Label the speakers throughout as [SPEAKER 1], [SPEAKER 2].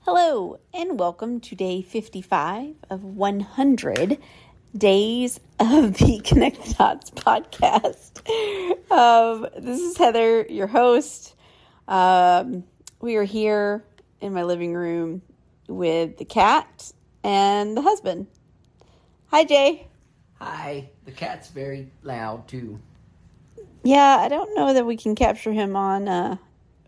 [SPEAKER 1] Hello, and welcome to day 55 of 100 days of the Connect the Dots podcast. Um, this is Heather, your host. Um, we are here in my living room with the cat and the husband. Hi, Jay.
[SPEAKER 2] Hi. The cat's very loud too.
[SPEAKER 1] Yeah, I don't know that we can capture him on uh,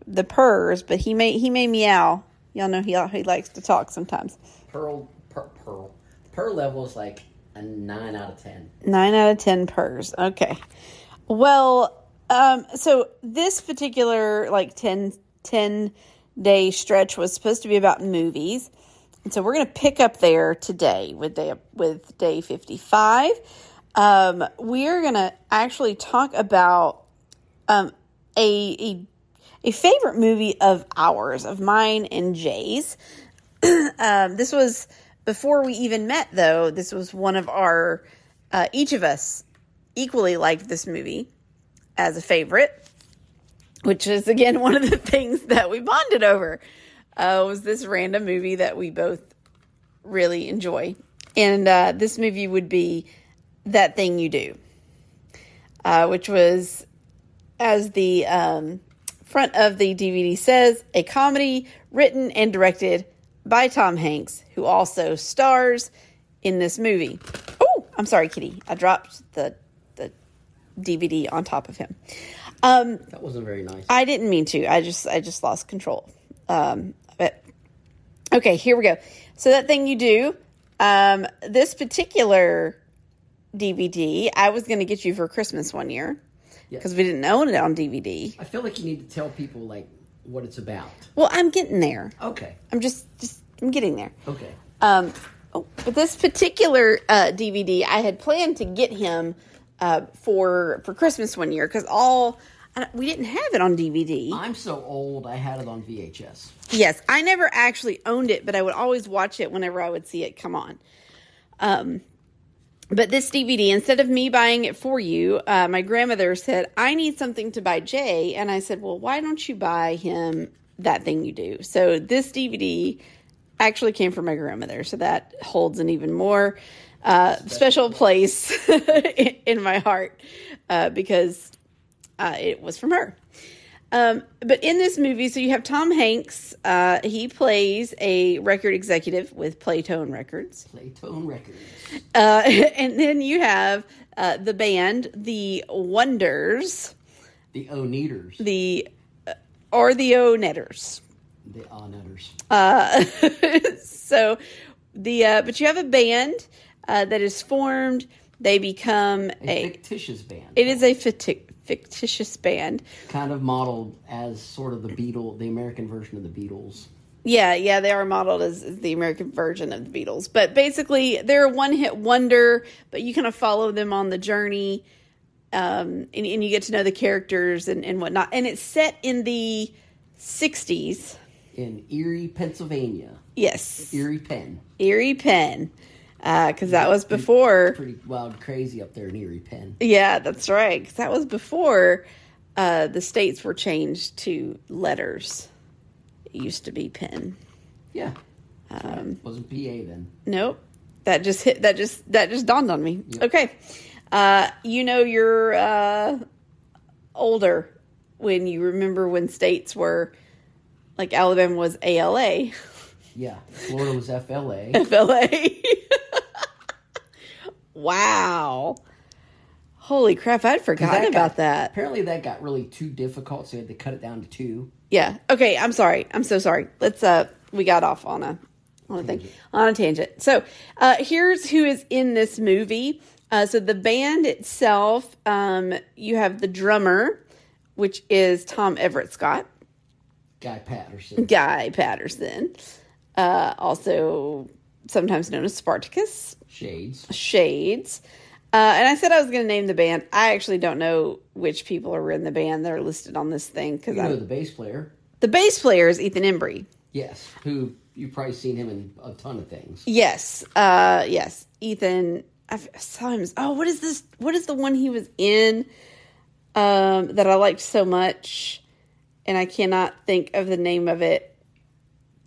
[SPEAKER 1] the purrs, but he may he may meow. Y'all know he he likes to talk sometimes.
[SPEAKER 2] Pearl, per, pearl, per level is like a nine out of ten.
[SPEAKER 1] Nine out of ten purrs. Okay. Well, um, so this particular like 10, 10 day stretch was supposed to be about movies, and so we're going to pick up there today with day with day fifty five. Um, we're going to actually talk about um, a, a a favorite movie of ours, of mine and Jay's. um, this was before we even met, though. This was one of our, uh, each of us equally liked this movie as a favorite, which is again one of the things that we bonded over. Uh, was this random movie that we both really enjoy, and uh, this movie would be that thing you do, uh, which was as the um, front of the DVD says, a comedy written and directed by Tom Hanks, who also stars in this movie. Oh, I'm sorry, Kitty. I dropped the the DVD on top of him. Um,
[SPEAKER 2] That wasn't very nice.
[SPEAKER 1] I didn't mean to. I just I just lost control. Um, but okay, here we go. So that thing you do, um, this particular DVD, I was going to get you for Christmas one year
[SPEAKER 2] Yeah.
[SPEAKER 1] because we didn't own it on DVD.
[SPEAKER 2] I feel like you need to tell people like what it's about.
[SPEAKER 1] Well, I'm getting there.
[SPEAKER 2] Okay.
[SPEAKER 1] I'm just just I'm getting there.
[SPEAKER 2] Okay.
[SPEAKER 1] Um, oh, but this particular uh, DVD, I had planned to get him uh, for for Christmas one year because all I don't- we didn't have it on DVD.
[SPEAKER 2] I'm so old. I had it on VHS.
[SPEAKER 1] Yes, I never actually owned it, but I would always watch it whenever I would see it come on. Um, but this DVD, instead of me buying it for you, uh, my grandmother said, I need something to buy Jay. And I said, Well, why don't you buy him that thing you do? So this DVD actually came from my grandmother. So that holds an even more uh, special place in, in my heart uh, because uh, it was from her. Um, but in this movie, so you have Tom Hanks. Uh, he plays a record executive with Playtone Records.
[SPEAKER 2] Playtone Records.
[SPEAKER 1] Uh, and then you have uh, the band, The Wonders,
[SPEAKER 2] The Oneaters.
[SPEAKER 1] the uh, or the Onetters.
[SPEAKER 2] The Oneaters.
[SPEAKER 1] So the uh, but you have a band uh, that is formed. They become
[SPEAKER 2] A
[SPEAKER 1] a.
[SPEAKER 2] fictitious band.
[SPEAKER 1] It is a ficti- fictitious band.
[SPEAKER 2] kind of modeled as sort of the Beatles, the American version of the Beatles.
[SPEAKER 1] Yeah, yeah, they are modeled as, as the American version of the Beatles. But basically, they're a one hit wonder, but you kind of follow them on the journey um, and, and you get to know the characters and, and whatnot. And it's set in the 60s.
[SPEAKER 2] In Erie, Pennsylvania.
[SPEAKER 1] Yes,
[SPEAKER 2] Erie, Penn.
[SPEAKER 1] Erie Penn, because that was before.
[SPEAKER 2] Pretty wild, crazy up there in Erie, Penn.
[SPEAKER 1] Yeah, that's right. 'cause that was before uh, the states were changed to letters. It used to be Penn.
[SPEAKER 2] Yeah. Um, wasn't PA then.
[SPEAKER 1] Nope. That just hit that just that just dawned on me. Okay. Uh you know you're uh older when you remember when states were like Alabama was ALA,
[SPEAKER 2] Yeah, Florida was FLA.
[SPEAKER 1] FLA. wow. Holy crap, I'd forgotten
[SPEAKER 2] got-
[SPEAKER 1] about that.
[SPEAKER 2] Apparently, that got really too difficult, so they had to cut it down to two.
[SPEAKER 1] Yeah. Okay, I'm sorry. I'm so sorry. Let's uh we got off on a on a thing on a tangent. So uh here's who is in this movie. Uh so the band itself, um, you have the drummer, which is Tom Everett Scott,
[SPEAKER 2] Guy Patterson.
[SPEAKER 1] Guy Patterson, uh also sometimes known as Spartacus,
[SPEAKER 2] Shades.
[SPEAKER 1] Shades. Uh, and I said I was going to name the band. I actually don't know which people are in the band that are listed on this thing because
[SPEAKER 2] You know the bass player.
[SPEAKER 1] the bass player is Ethan Embry.
[SPEAKER 2] Yes, who you've probably seen him in a ton of things.
[SPEAKER 1] Yes. Uh yes. Ethan I f- I saw him. as- Oh, what is this? What is the one he was in um that I liked so much and I cannot think of the name of it.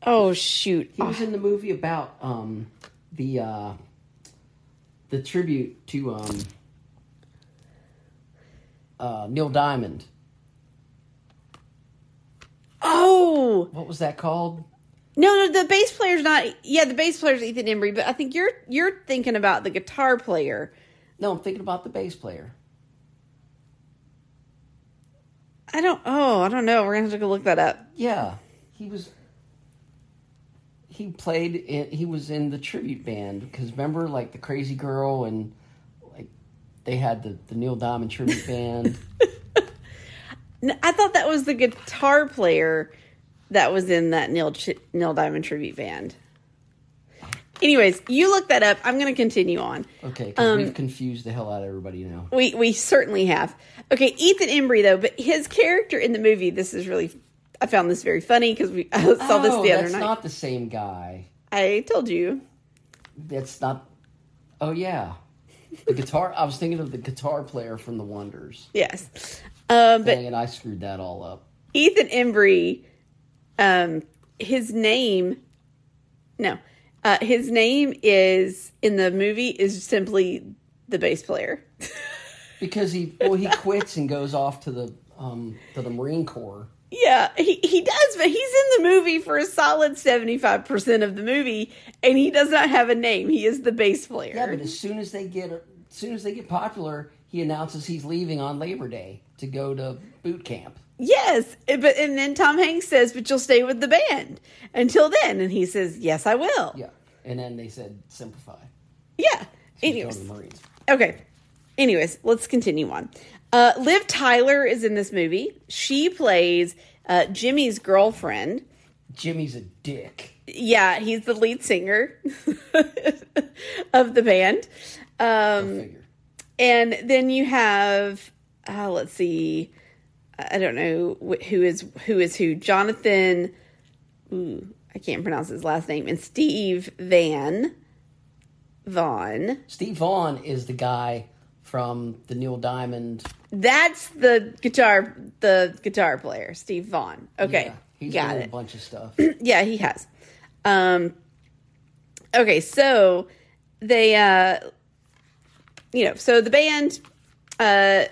[SPEAKER 1] Oh shoot.
[SPEAKER 2] He was in the movie about um the uh the tribute to um uh Neil Diamond.
[SPEAKER 1] Oh
[SPEAKER 2] What was that called?
[SPEAKER 1] no, no, the bass player's not. Yeah, the bass player's Ethan Embry, but I think you're you're thinking about the guitar player.
[SPEAKER 2] No, I'm thinking about the bass player.
[SPEAKER 1] I don't. Oh, I don't know. We're gonna have to go look that up.
[SPEAKER 2] Yeah, he was. He played. In, he was in the tribute band because remember, like the Crazy Girl and like they had the the Neil Diamond tribute band.
[SPEAKER 1] N- I thought that was the guitar player that was in that Neil Ch- Neil Diamond tribute band. Anyways, you look that up. I'm going to continue on.
[SPEAKER 2] Okay, 'cause
[SPEAKER 1] Um,
[SPEAKER 2] we've confused the hell out of everybody now.
[SPEAKER 1] We we certainly have. Okay, Ethan Embry though, but his character in the movie. This is really. I found this very funny because we I saw this
[SPEAKER 2] Oh,
[SPEAKER 1] the other
[SPEAKER 2] that's
[SPEAKER 1] night.
[SPEAKER 2] not the same guy.
[SPEAKER 1] I told you.
[SPEAKER 2] That's not. Oh yeah, the guitar. I was thinking of the guitar player from The Wonders.
[SPEAKER 1] Yes. Um, but
[SPEAKER 2] Dang it, I screwed that all up.
[SPEAKER 1] Ethan Embry, um, his name, no, uh, his name is in the movie is simply the bass player.
[SPEAKER 2] Because he well he quits and goes off to the um to the Marine Corps.
[SPEAKER 1] Yeah, he, he does, but he's in the movie for a solid 75% of the movie, and he does not have a name. He is the bass player.
[SPEAKER 2] Yeah, but as soon as they get as soon as they get popular, he announces he's leaving on Labor Day to go to boot camp.
[SPEAKER 1] Yes, and- but and then Tom Hanks says, "But you'll stay with the band until then," and he says, "Yes, I will."
[SPEAKER 2] Yeah, and then they said simplify.
[SPEAKER 1] Yeah.
[SPEAKER 2] He's going
[SPEAKER 1] Anyways,
[SPEAKER 2] to the Marines.
[SPEAKER 1] Okay. Anyways, let's continue on. Uh, Liv Tyler is in this movie. She plays uh, Jimmy's girlfriend.
[SPEAKER 2] Jimmy's a dick.
[SPEAKER 1] Yeah, he's the lead singer of the band.
[SPEAKER 2] I
[SPEAKER 1] Um,
[SPEAKER 2] figure.
[SPEAKER 1] and then you have, uh, let's see, I don't know wh- who is who is who. Jonathan, ooh, I can't pronounce his last name, and Steve Van Vaughn.
[SPEAKER 2] Steve Vaughn is the guy from the Neil Diamond.
[SPEAKER 1] That's the guitar, the guitar player, Steve Vaughn. Okay,
[SPEAKER 2] Yeah, he's
[SPEAKER 1] got
[SPEAKER 2] done
[SPEAKER 1] it.
[SPEAKER 2] a bunch of stuff.
[SPEAKER 1] Yeah, he has. Um, okay, so they, uh, you know, so the band, uh,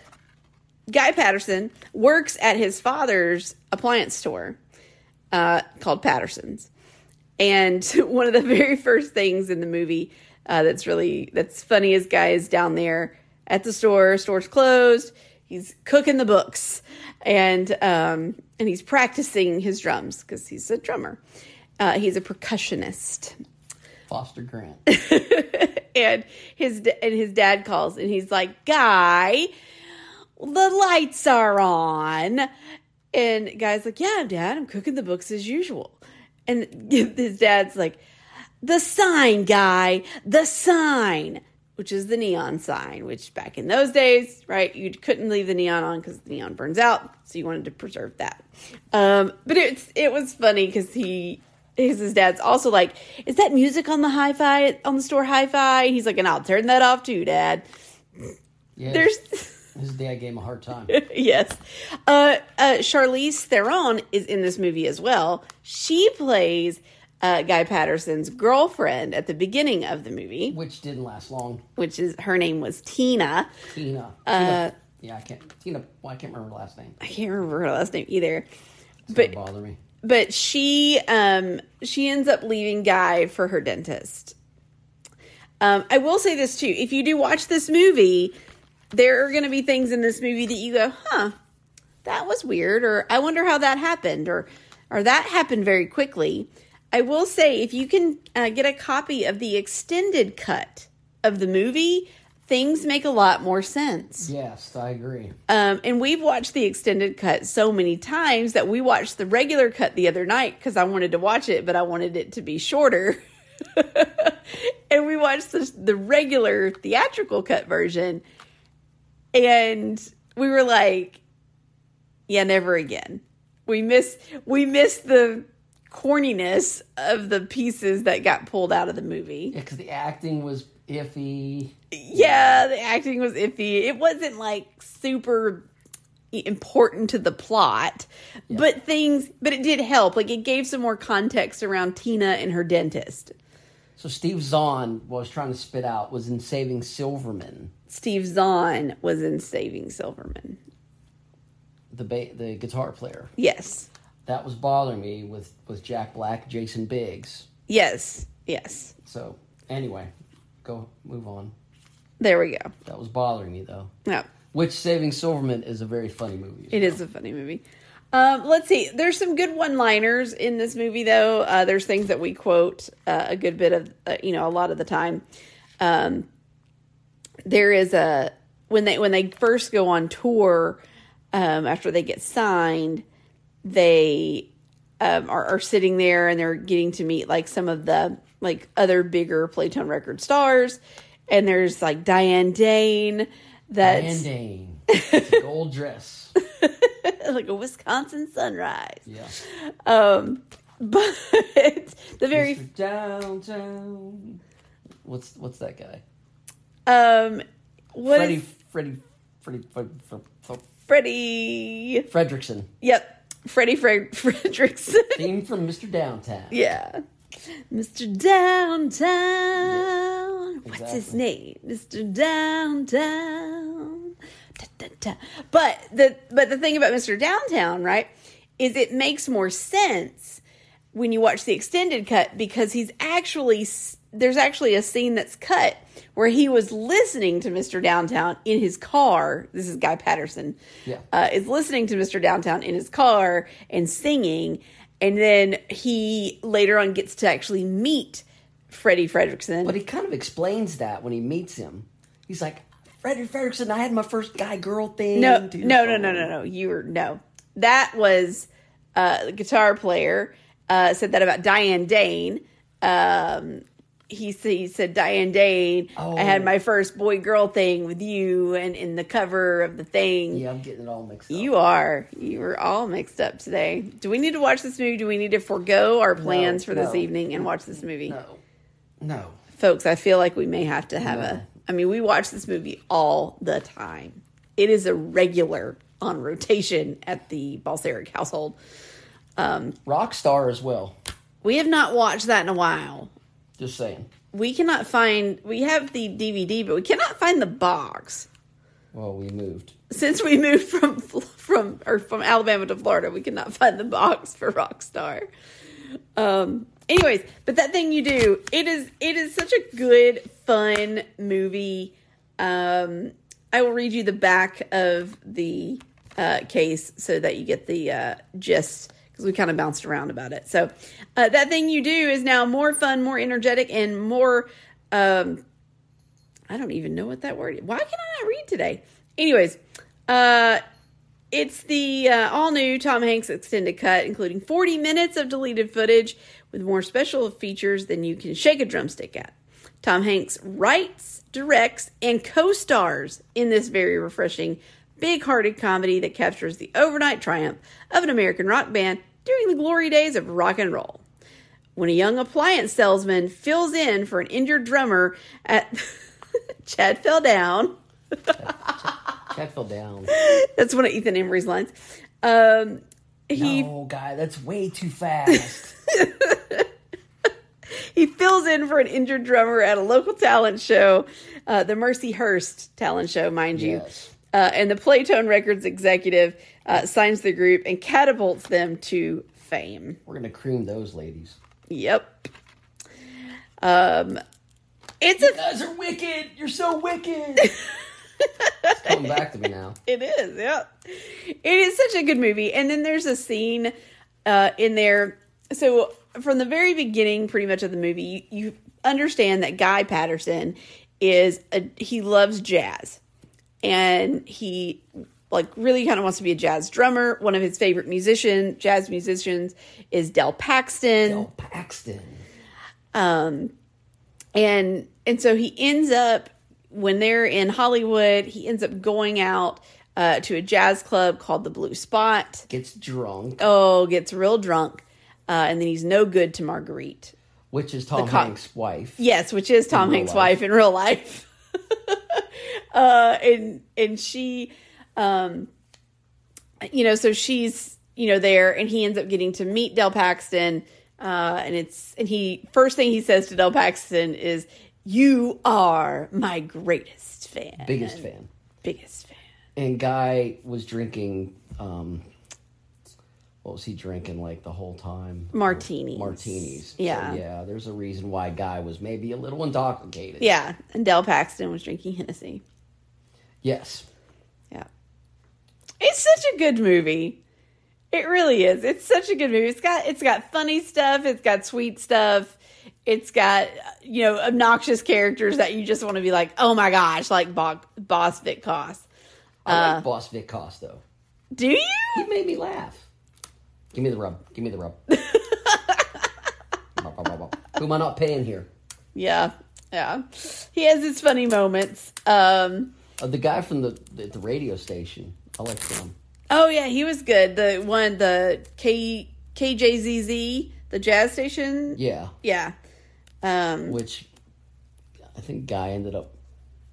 [SPEAKER 1] Guy Patterson works at his father's appliance store uh, called Patterson's, and one of the very first things in the movie uh, that's really that's funny is Guy is down there at the store. Store's closed. He's cooking the books, and um, and he's practicing his drums because he's a drummer. Uh, he's a percussionist
[SPEAKER 2] Foster Grant.
[SPEAKER 1] and his da- and his dad calls and he's like, "Guy, the lights are on." And guy's like, "Yeah, dad, I'm cooking the books as usual." And his dad's like, "The sign, guy, the sign." Which is the neon sign, which back in those days, right, you couldn't leave the neon on because the neon burns out, so you wanted to preserve that. Um, but it's it was funny because he because his dad's also like, is that music on the hi-fi on the store hi-fi? And he's like, and I'll turn that off too, Dad.
[SPEAKER 2] Yeah,
[SPEAKER 1] There's
[SPEAKER 2] his dad gave him a hard time.
[SPEAKER 1] yes, uh, uh, Charlize Theron is in this movie as well. She plays uh, Guy Patterson's girlfriend at the beginning of the movie,
[SPEAKER 2] which didn't last long.
[SPEAKER 1] which is her name was Tina.
[SPEAKER 2] Tina. Uh, yeah, I can't. Tina. Well, I can't remember her last name.
[SPEAKER 1] I can't remember her last name either.
[SPEAKER 2] But bother me.
[SPEAKER 1] but she um she ends up leaving guy for her dentist um i will say this too if you do watch this movie there are going to be things in this movie that you go huh that was weird or i wonder how that happened or or that happened very quickly i will say if you can uh, get a copy of the extended cut of the movie things make a lot more sense
[SPEAKER 2] Yes, I agree.
[SPEAKER 1] um, and we've watched the extended cut so many times that we watched the regular cut the other night because I wanted to watch it, but I wanted it to be shorter. and we watched the, the regular theatrical cut version, and we were like, "Yeah, never again." We miss we miss the corniness of the pieces that got pulled out of the movie
[SPEAKER 2] Yeah, because the acting was iffy.
[SPEAKER 1] yeah, the acting was iffy. It wasn't like super important to the plot, but things, but it did help. Like it gave some more context around Tina and her dentist.
[SPEAKER 2] So Steve Zahn, what I was trying to spit out, was in Saving Silverman,
[SPEAKER 1] Steve Zahn was in Saving Silverman.
[SPEAKER 2] the ba- the guitar player.
[SPEAKER 1] Yes.
[SPEAKER 2] That was bothering me with with Jack Black, Jason Biggs.
[SPEAKER 1] Yes. Yes.
[SPEAKER 2] So anyway, go move on.
[SPEAKER 1] There we go.
[SPEAKER 2] That was bothering me though.
[SPEAKER 1] No.
[SPEAKER 2] Which Saving Silverman is a very funny movie.
[SPEAKER 1] It is a funny movie. Um, let's see. There's some good one-liners in this movie, though. Uh, there's things that we quote uh, a good bit of, uh, you know, a lot of the time. Um, there is a when they when they first go on tour um, after they get signed, they um, are, are sitting there and they're getting to meet like some of the like other bigger Playtone record stars, and there's like Diane Dane. That's
[SPEAKER 2] Bandane. it's a gold dress.
[SPEAKER 1] like a Wisconsin sunrise.
[SPEAKER 2] Yeah.
[SPEAKER 1] Um, but the very
[SPEAKER 2] Mr. Downtown. What's what's that guy?
[SPEAKER 1] um, what
[SPEAKER 2] Freddie
[SPEAKER 1] is
[SPEAKER 2] Freddie Freddie Fred, Fred, Fred,
[SPEAKER 1] Freddie?
[SPEAKER 2] Fredrickson.
[SPEAKER 1] Yep, Freddie Fred Fredrickson.
[SPEAKER 2] Theme from Mr. Downtown.
[SPEAKER 1] yeah, Mr. Downtown. What's his
[SPEAKER 2] exactly.
[SPEAKER 1] name, Mr. Downtown? Da, da, da. But the but the thing about Mr. Downtown, right, is it makes more sense when you watch the extended cut because he's actually s- there's actually a scene that's cut where he was listening to Mr. Downtown in his car. This is Guy Patterson.
[SPEAKER 2] Yeah.
[SPEAKER 1] uh, is listening to Mr. Downtown in his car and singing, and then he later on gets to actually meet Freddie Fredrickson.
[SPEAKER 2] But he kind of explains that when he meets him. He's like, Freddie Fredrickson, I had my first guy girl thing.
[SPEAKER 1] No,
[SPEAKER 2] dude."
[SPEAKER 1] no, no, no, no, no. You were no. That was uh, the guitar player uh, said that about Diane Dane. Um, he, s- he said Diane Dane. I had
[SPEAKER 2] Oh.
[SPEAKER 1] my first boy girl thing with you, and in the cover of the thing.
[SPEAKER 2] Yeah, I'm getting it all mixed up.
[SPEAKER 1] You are. You were all mixed up today. Do we need to watch this movie? Do we need to forego our plans for this
[SPEAKER 2] no.
[SPEAKER 1] evening and watch this movie?
[SPEAKER 2] No. No.
[SPEAKER 1] folks i feel like we may have to have a i mean we watch this movie all the time it is a regular on rotation at the balseric household
[SPEAKER 2] Rockstar as well.
[SPEAKER 1] we have not watched that in a while
[SPEAKER 2] Just saying.
[SPEAKER 1] we cannot find we have the dvd but we cannot find the box
[SPEAKER 2] Well, we moved.
[SPEAKER 1] since we moved from Fl- from or from Alabama to Florida, we could not find the box for Rockstar. Um. Anyways, but that thing you do, it is it is such a good, fun movie. Um, I will read you the back of the uh, case so that you get the uh, gist because we kind of bounced around about it. So uh, that thing you do is now more fun, more energetic, and more. Um, I don't even know what that word is. Why can I not read today? Anyways, uh, it's the uh, all new Tom Hanks extended cut, including 40 minutes of deleted footage with more special features than you can shake a drumstick at. Tom Hanks writes, directs, and co stars in this very refreshing, big hearted comedy that captures the overnight triumph of an American rock band during the glory days of rock and roll when a young appliance salesman fills in for an injured drummer at Chad fell down.
[SPEAKER 2] Chad fell down.
[SPEAKER 1] That's one of Ethan Embry's lines. Um, he
[SPEAKER 2] No, guy, that's way too fast.
[SPEAKER 1] he fills in for an injured drummer at a local talent show, uh, the Mercy Hearst talent show, mind you.
[SPEAKER 2] Yes.
[SPEAKER 1] Uh, and the Playtone Records executive uh, signs the group and catapults them to fame.
[SPEAKER 2] We're gonna cream those ladies.
[SPEAKER 1] Yep. Um, it's a
[SPEAKER 2] You guys are wicked. You're so wicked. it's coming back to me now.
[SPEAKER 1] It is, yeah. It is such a good movie. And then there's a scene uh, in there. So from the very beginning, pretty much of the movie, you, you understand that Guy Patterson is a, he loves jazz, and he like really kind of wants to be a jazz drummer. One of his favorite musician jazz musicians is Del Paxton
[SPEAKER 2] Bill Paxton.
[SPEAKER 1] and and so he ends up when they're in Hollywood, he ends up going out uh, to a jazz club called the Blue Spot.
[SPEAKER 2] gets drunk,
[SPEAKER 1] Oh, gets real drunk, uh, and then he's no good to Marguerite.
[SPEAKER 2] which is Tom
[SPEAKER 1] cop-
[SPEAKER 2] Hanks' wife.
[SPEAKER 1] Yes, which is Tom
[SPEAKER 2] real
[SPEAKER 1] Hanks'
[SPEAKER 2] life.
[SPEAKER 1] wife in real life. uh, and and she um, you know, so she's, you know, there and he ends up getting to meet Del Paxton. Uh, and it's, and he, first thing he says to Del Paxton is, You are my greatest fan.
[SPEAKER 2] biggest fan.
[SPEAKER 1] Biggest fan.
[SPEAKER 2] And guy was drinking. Um, what was he drinking like the whole time?
[SPEAKER 1] Martinis.
[SPEAKER 2] Martinis. So,
[SPEAKER 1] Yeah.
[SPEAKER 2] yeah. There's a reason why guy was maybe a little intoxicated.
[SPEAKER 1] Yeah. And Del Paxton was drinking Hennessy.
[SPEAKER 2] Yes.
[SPEAKER 1] Yeah. It's such a good movie. It really is. It's such a good movie. It's got it's got funny stuff, it's got sweet stuff. It's got you know obnoxious characters that you just want to be like, "Oh my gosh," like Bo- Boss Vic Koss. Uh,
[SPEAKER 2] I like Boss Vic Cost though.
[SPEAKER 1] Do you?
[SPEAKER 2] He made me laugh. Give me the rub. Give me the rub. Rub, rub, rub, rub. Who am I not paying here?
[SPEAKER 1] Yeah. Yeah. He has his funny moments. Um
[SPEAKER 2] Uh, the guy from the at the radio station. I like him.
[SPEAKER 1] Oh yeah, he was good. The one the K KJZZ, the jazz station.
[SPEAKER 2] Yeah.
[SPEAKER 1] Yeah. Um
[SPEAKER 2] Which I think guy ended up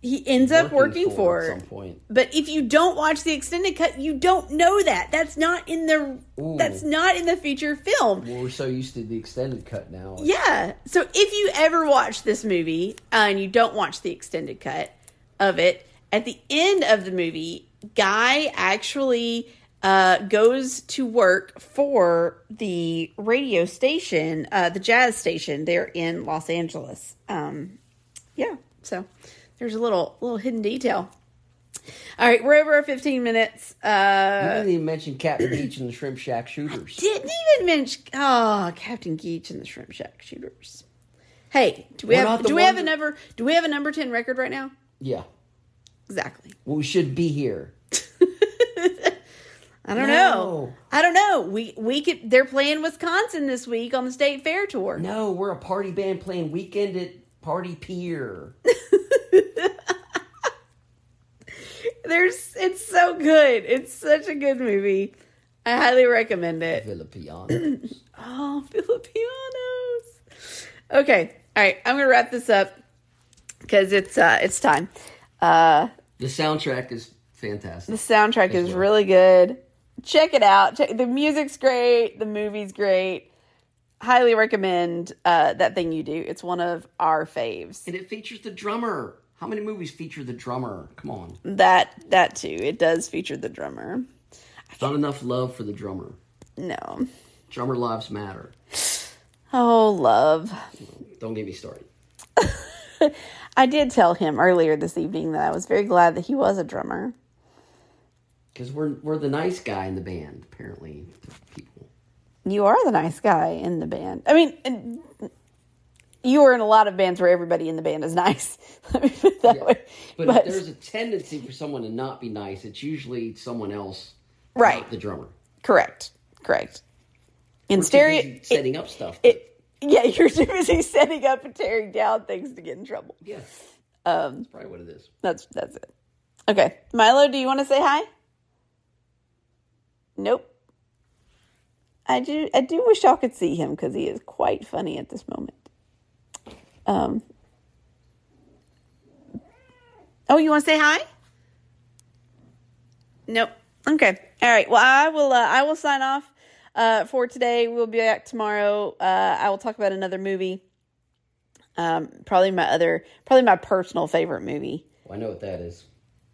[SPEAKER 1] he ends up working for,
[SPEAKER 2] at
[SPEAKER 1] it.
[SPEAKER 2] some point.
[SPEAKER 1] But if you don't watch the extended cut, you don't know that. That's not in the
[SPEAKER 2] Ooh.
[SPEAKER 1] that's not in the feature film.
[SPEAKER 2] Well, we're so used to the extended cut now.
[SPEAKER 1] Yeah. So if you ever watch this movie uh, and you don't watch the extended cut of it, at the end of the movie, Guy actually uh, goes to work for the radio station, uh, the jazz station there in Los Angeles. Um, yeah. So there's a little little hidden detail. All right, we're over our 15 minutes. Uh,
[SPEAKER 2] You didn't even mention Captain Beach and the Shrimp Shack Shooters.
[SPEAKER 1] didn't even mention oh Captain Geach and the Shrimp Shack Shooters. Hey, do we
[SPEAKER 2] We're
[SPEAKER 1] have
[SPEAKER 2] not the
[SPEAKER 1] do we have a
[SPEAKER 2] ones-
[SPEAKER 1] number do we have a number ten record right now?
[SPEAKER 2] Yeah.
[SPEAKER 1] Exactly.
[SPEAKER 2] Well, we should be here.
[SPEAKER 1] I don't know.
[SPEAKER 2] No.
[SPEAKER 1] I don't know. We we could they're playing Wisconsin this week on the state fair tour.
[SPEAKER 2] No, we're a party band playing Weekend at Party Pier.
[SPEAKER 1] There's it's so good. It's such a good movie. I highly recommend it.
[SPEAKER 2] Villa Piano.
[SPEAKER 1] Oh, Filipinos. Okay. All right. I'm gonna wrap this up because it's uh it's time. Uh
[SPEAKER 2] the soundtrack is fantastic.
[SPEAKER 1] The soundtrack is really good. Check it out. Check, the music's great. The movie's great. Highly recommend uh, that thing you do. It's one of our faves.
[SPEAKER 2] And it features the drummer. How many movies feature the drummer? Come on.
[SPEAKER 1] That that too. It does feature the drummer.
[SPEAKER 2] Not enough love for the drummer.
[SPEAKER 1] No.
[SPEAKER 2] Drummer lives matter.
[SPEAKER 1] Oh, love.
[SPEAKER 2] Don't get me started.
[SPEAKER 1] I did tell him earlier this evening that I was very glad that he was a drummer.
[SPEAKER 2] Because we're, we're the nice guy in the band, apparently, to people.
[SPEAKER 1] You are the nice guy in the band. I mean, and you are in a lot of bands where everybody in the band is nice. Let me put it that way.
[SPEAKER 2] But, if there's a tendency for someone to not be nice, it's usually someone else,
[SPEAKER 1] Right.
[SPEAKER 2] not the drummer.
[SPEAKER 1] Correct. Correct. In
[SPEAKER 2] We're too
[SPEAKER 1] stereo,
[SPEAKER 2] busy
[SPEAKER 1] it-
[SPEAKER 2] setting up stuff.
[SPEAKER 1] it- yeah, you're too busy setting up and tearing down things to get in trouble.
[SPEAKER 2] yeah,
[SPEAKER 1] um,
[SPEAKER 2] that's probably what it is.
[SPEAKER 1] That's that's it. Okay, Milo, do you want to say hi? Nope. I do. I do wish y'all could see him because he is quite funny at this moment. Um. Oh, you want to say hi? Nope. Okay. All right. Well, I will. Uh, I will sign off uh, for today. We'll be back tomorrow. Uh, I will talk about another movie. Um, probably my other, probably my personal favorite movie.
[SPEAKER 2] Well, I know what that is.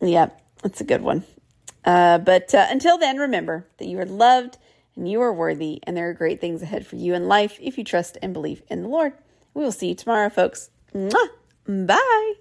[SPEAKER 1] Yeah, that's a good one. Uh, but uh, until then, remember that you are loved and you are worthy, and there are great things ahead for you in life if you trust and believe in the Lord. We will see you tomorrow, folks. Mwah! Bye.